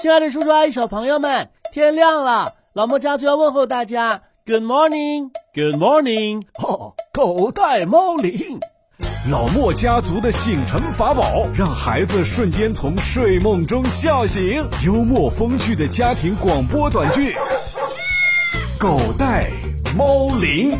亲爱的叔叔阿姨、小朋友们，天亮了，老莫家族要问候大家。Good morning，Good morning，哦，狗带猫铃。老莫家族的醒神法宝，让孩子瞬间从睡梦中笑醒。幽默风趣的家庭广播短剧，《狗带猫铃》。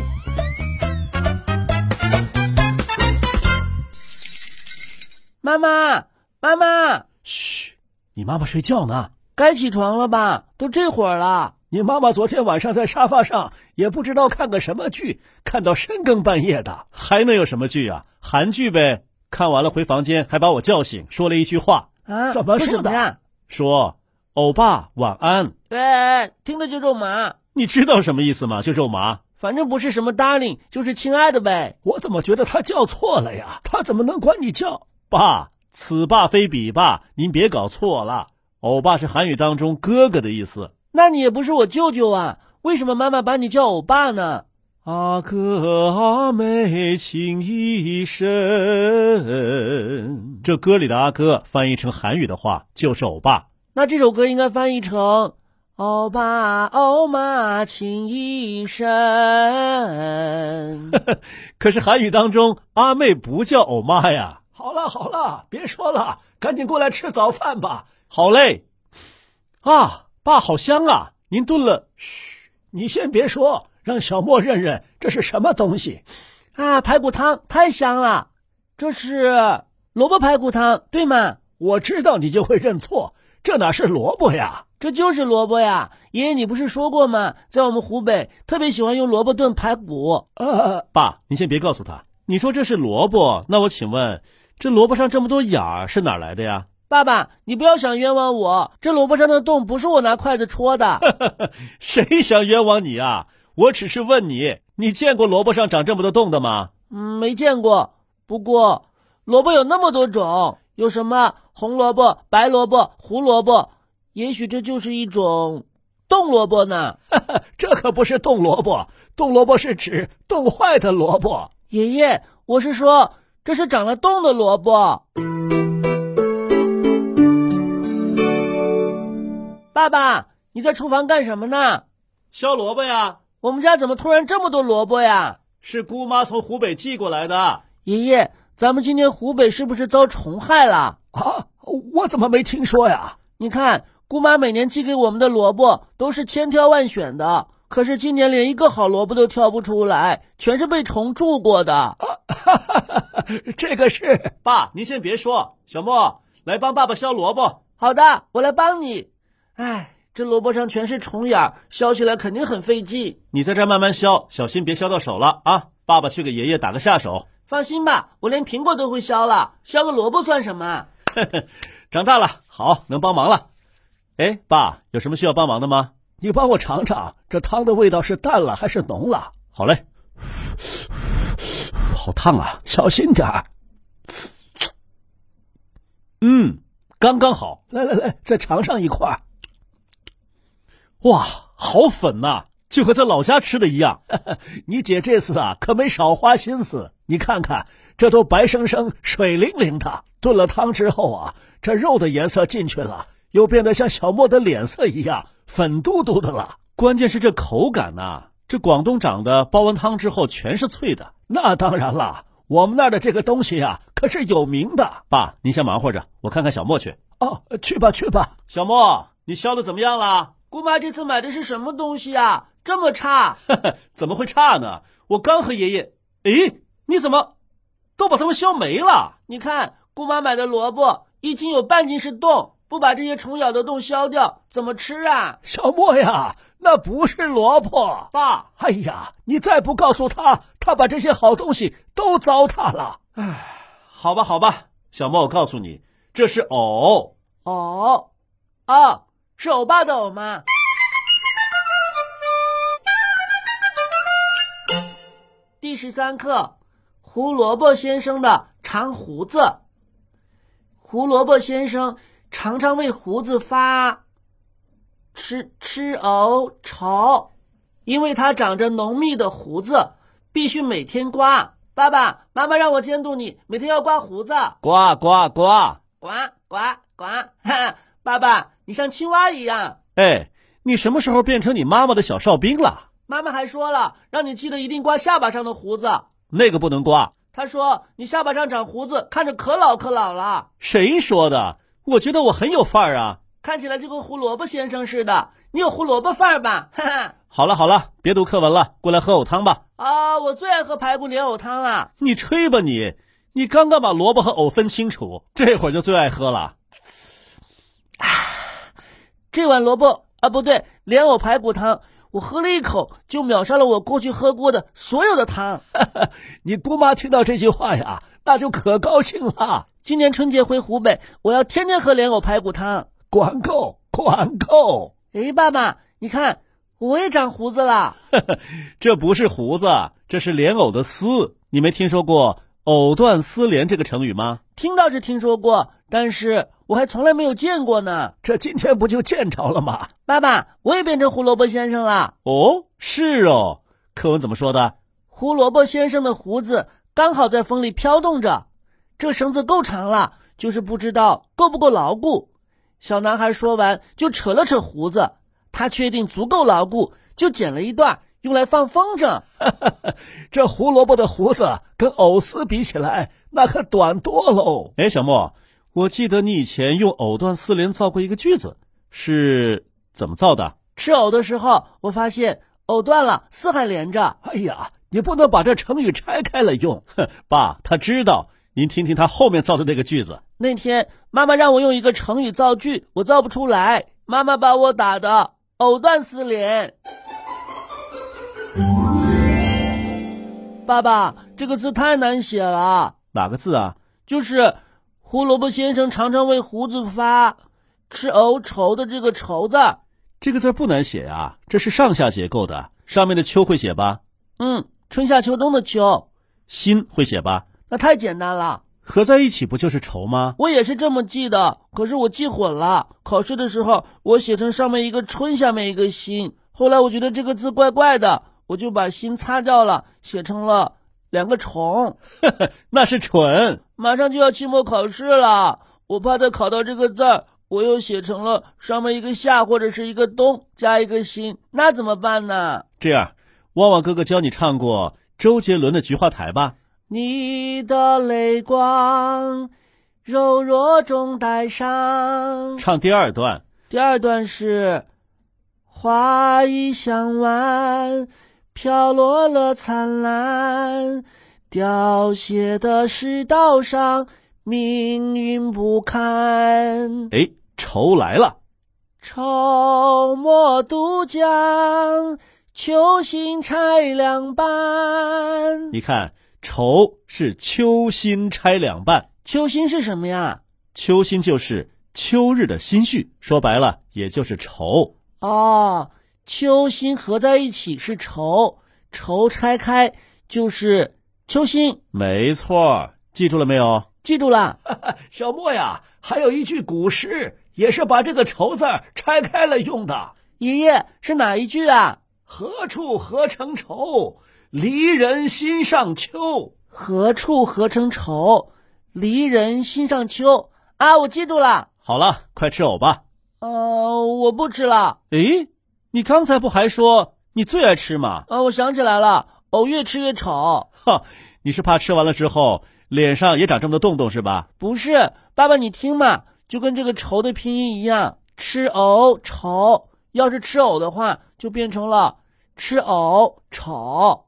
妈妈，妈妈，嘘，你妈妈睡觉呢。该起床了吧？都这会儿了。你妈妈昨天晚上在沙发上也不知道看个什么剧，看到深更半夜的，还能有什么剧啊？韩剧呗。看完了回房间还把我叫醒，说了一句话啊，怎么说的？呀？说欧巴晚安。哎，听着就肉麻。你知道什么意思吗？就肉麻。反正不是什么 darling，就是亲爱的呗。我怎么觉得他叫错了呀？他怎么能管你叫爸？此爸非彼爸，您别搞错了。欧巴是韩语当中哥哥的意思。那你也不是我舅舅啊，为什么妈妈把你叫欧巴呢？阿哥阿妹情意深，这歌里的阿哥翻译成韩语的话就是欧巴。那这首歌应该翻译成“欧巴欧妈情意深” 可是韩语当中阿妹不叫欧妈呀。好了好了，别说了，赶紧过来吃早饭吧。好嘞。啊，爸，好香啊！您炖了？嘘，你先别说。让小莫认认这是什么东西，啊！排骨汤太香了，这是萝卜排骨汤对吗？我知道你就会认错，这哪是萝卜呀？这就是萝卜呀！爷爷，你不是说过吗？在我们湖北特别喜欢用萝卜炖排骨。呃，爸，您先别告诉他，你说这是萝卜，那我请问，这萝卜上这么多眼儿是哪来的呀？爸爸，你不要想冤枉我，这萝卜上的洞不是我拿筷子戳 的。谁想冤枉你啊？我只是问你，你见过萝卜上长这么多洞的吗？嗯，没见过。不过，萝卜有那么多种，有什么红萝卜、白萝卜、胡萝卜，也许这就是一种冻萝卜 呢。这可不是冻萝卜，冻萝卜是指冻坏的萝卜。爷爷，我是说，这是长了洞的萝卜。爸爸，你在厨房干什么呢？削萝卜呀。我们家怎么突然这么多萝卜呀？是姑妈从湖北寄过来的。爷爷，咱们今天湖北是不是遭虫害了啊？我怎么没听说呀？你看，姑妈每年寄给我们的萝卜都是千挑万选的，可是今年连一个好萝卜都挑不出来，全是被虫蛀过的。啊、哈哈哈 这个是爸，您先别说，小莫来帮爸爸削萝卜。好的，我来帮你。哎。这萝卜上全是虫眼儿，削起来肯定很费劲。你在这慢慢削，小心别削到手了啊！爸爸去给爷爷打个下手。放心吧，我连苹果都会削了，削个萝卜算什么？ 长大了，好，能帮忙了。哎，爸，有什么需要帮忙的吗？你帮我尝尝，这汤的味道是淡了还是浓了？好嘞。好烫啊，小心点儿。嗯，刚刚好。来来来，再尝上一块。哇，好粉呐、啊，就和在老家吃的一样。 你姐这次啊，可没少花心思。你看看，这都白生生、水灵灵的。炖了汤之后啊，这肉的颜色进去了，又变得像小莫的脸色一样粉嘟嘟的了。关键是这口感呐、啊，这广东长的煲完汤之后全是脆的。那当然了，我们那儿的这个东西啊，可是有名的。爸，您先忙活着，我看看小莫去。哦，去吧去吧。小莫，你削的怎么样了？姑妈这次买的是什么东西啊？这么差？怎么会差呢？我刚和爷爷……诶，你怎么都把它们削没了？你看，姑妈买的萝卜一斤有半斤是洞，不把这些虫咬的洞削掉，怎么吃啊？小莫呀，那不是萝卜，爸！哎呀，你再不告诉他，他把这些好东西都糟蹋了。唉，好吧，好吧，小莫，我告诉你，这是藕，藕，啊。是欧巴的欧吗？第十三课，胡萝卜先生的长胡子。胡萝卜先生常常为胡子发吃吃藕愁，因为他长着浓密的胡子，必须每天刮。爸爸妈妈让我监督你，每天要刮胡子，刮刮刮刮刮刮。爸爸。你像青蛙一样。哎，你什么时候变成你妈妈的小哨兵了？妈妈还说了，让你记得一定刮下巴上的胡子。那个不能刮。她说你下巴上长胡子，看着可老可老了，谁说的？我觉得我很有范儿啊。看起来就跟胡萝卜先生似的。你有胡萝卜范儿吧？哈哈。好了好了，别读课文了，过来喝藕汤吧。啊、我最爱喝排骨莲藕汤了。你吹吧你！你刚刚把萝卜和藕分清楚，这会儿就最爱喝了。这碗萝卜啊，不对，莲藕排骨汤，我喝了一口就秒杀了我过去喝过的所有的汤。 你姑妈听到这句话呀，那就可高兴了。今年春节回湖北，我要天天喝莲藕排骨汤。管够，管够！哎，爸爸，你看我也长胡子了。这不是胡子，这是莲藕的丝。你没听说过“藕断丝连”这个成语吗？听到是听说过，但是我还从来没有见过呢。这今天不就见着了吗？爸爸，我也变成胡萝卜先生了。哦，是哦。课文怎么说的？胡萝卜先生的胡子刚好在风里飘动着，这绳子够长了，就是不知道够不够牢固。小男孩说完就扯了扯胡子，他确定足够牢固，就剪了一段用来放风筝。 这胡萝卜的胡子跟藕丝比起来，那可短多喽。哎，小莫，我记得你以前用藕断丝连造过一个句子，是怎么造的？吃藕的时候，我发现藕断了，丝还连着。哎呀，你不能把这成语拆开了用。哼， 爸，他知道。您听听他后面造的那个句子。那天妈妈让我用一个成语造句，我造不出来，妈妈把我打的藕断丝连。爸爸，这个字太难写了，哪个字啊？就是胡萝卜先生常常为胡子发，吃藕愁的这个愁字。这个字不难写啊，这是上下结构的。上面的秋会写吧？嗯，春夏秋冬的秋，心会写吧？那太简单了。合在一起不就是愁吗？我也是这么记的，可是我记混了。考试的时候，我写成上面一个春，下面一个心。后来我觉得这个字怪怪的，我就把心擦掉了，写成了两个虫。 那是蠢。马上就要期末考试了，我怕再考到这个字儿，我又写成了上面一个夏或者是一个冬加一个心，那怎么办呢？这样，旺旺哥哥教你唱过周杰伦的《菊花台》吧？你的泪光，柔弱中带伤。唱第二段。第二段是，花已向晚，飘落了灿烂，凋谢的世道上，命运不堪。哎，愁来了。愁莫渡江，秋心拆两半。你看，愁是秋心拆两半，秋心是什么呀？秋心就是秋日的心绪，说白了也就是愁。哦，秋心合在一起是愁，愁拆开就是秋心。没错儿，记住了没有？记住了， 小莫呀，还有一句古诗，也是把这个“愁”字儿拆开了用的。爷爷是哪一句啊？何处何成愁，离人心上秋。何处何成愁，离人心上秋啊！我记住了。好了，快吃藕吧。呃，我不吃了。诶，你刚才不还说你最爱吃吗？啊，我想起来了，藕越吃越丑。哈，你是怕吃完了之后脸上也长这么多洞洞是吧？不是，爸爸你听嘛，就跟这个愁的拼音一样，吃藕愁。要是吃藕的话，就变成了吃藕丑。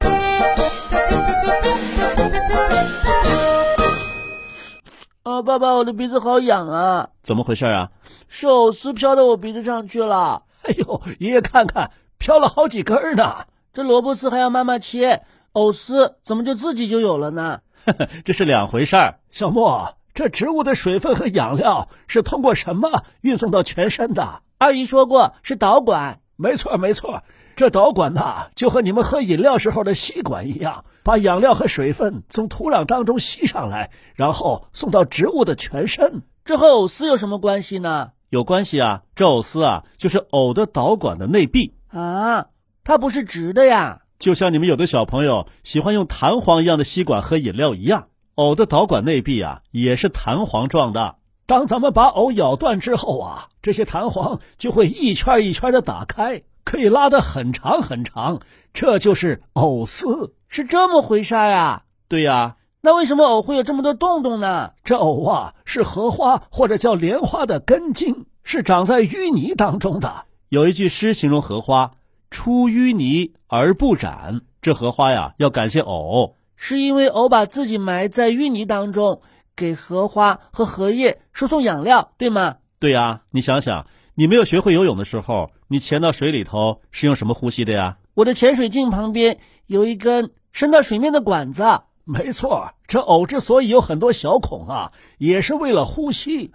啊，爸爸，我的鼻子好痒啊！怎么回事啊？是藕丝飘到我鼻子上去了。哎呦，爷爷看看，飘了好几根儿呢。这萝卜丝还要妈妈切，藕丝怎么就自己就有了呢？ 这是两回事儿。小莫，这植物的水分和养料是通过什么运送到全身的？阿姨说过是导管，没错，没错，这导管呐、就和你们喝饮料时候的吸管一样，把养料和水分从土壤当中吸上来，然后送到植物的全身。这和藕丝有什么关系呢？有关系啊，这藕丝啊，就是藕的导管的内壁，啊，它不是直的呀。就像你们有的小朋友喜欢用弹簧一样的吸管喝饮料一样，藕的导管内壁啊也是弹簧状的。当咱们把藕咬断之后啊，这些弹簧就会一圈一圈的打开，可以拉得很长很长，这就是藕丝。是这么回事啊？对呀、那为什么藕会有这么多洞洞呢？这藕啊是荷花或者叫莲花的根茎，是长在淤泥当中的。有一句诗形容荷花：“出淤泥而不染。”这荷花呀，要感谢藕。是因为藕把自己埋在淤泥当中，给荷花和荷叶输送养料，对吗？对呀、你想想，你没有学会游泳的时候，你潜到水里头是用什么呼吸的呀？我的潜水镜旁边有一根伸到水面的管子啊，没错，这藕之所以有很多小孔啊，也是为了呼吸。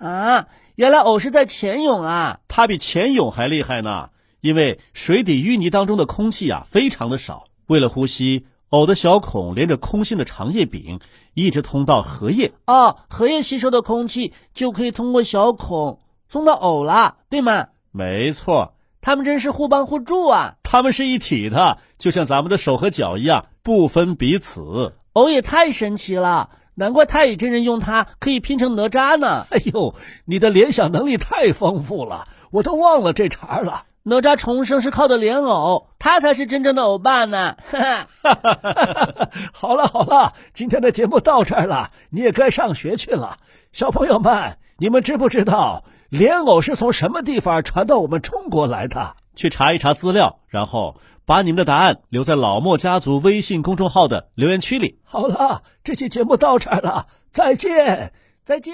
原来藕是在潜泳啊！它比潜泳还厉害呢，因为水底淤泥当中的空气啊非常的少，为了呼吸，藕的小孔连着空心的长叶柄，一直通到荷叶。哦，荷叶吸收的空气就可以通过小孔送到藕了，对吗？没错，它们真是互帮互助啊！它们是一体的，就像咱们的手和脚一样，不分彼此。藕哦也太神奇了，难怪太乙真人用它可以拼成哪吒呢。哎呦，你的联想能力太丰富了，我都忘了这茬儿了。哪吒重生是靠的莲藕，他才是真正的欧巴呢！哈哈， 好了好了，今天的节目到这儿了，你也该上学去了。小朋友们，你们知不知道莲藕是从什么地方传到我们中国来的？去查一查资料，然后把你们的答案留在老莫家族微信公众号的留言区里。好了，这期节目到这儿了，再见。再见。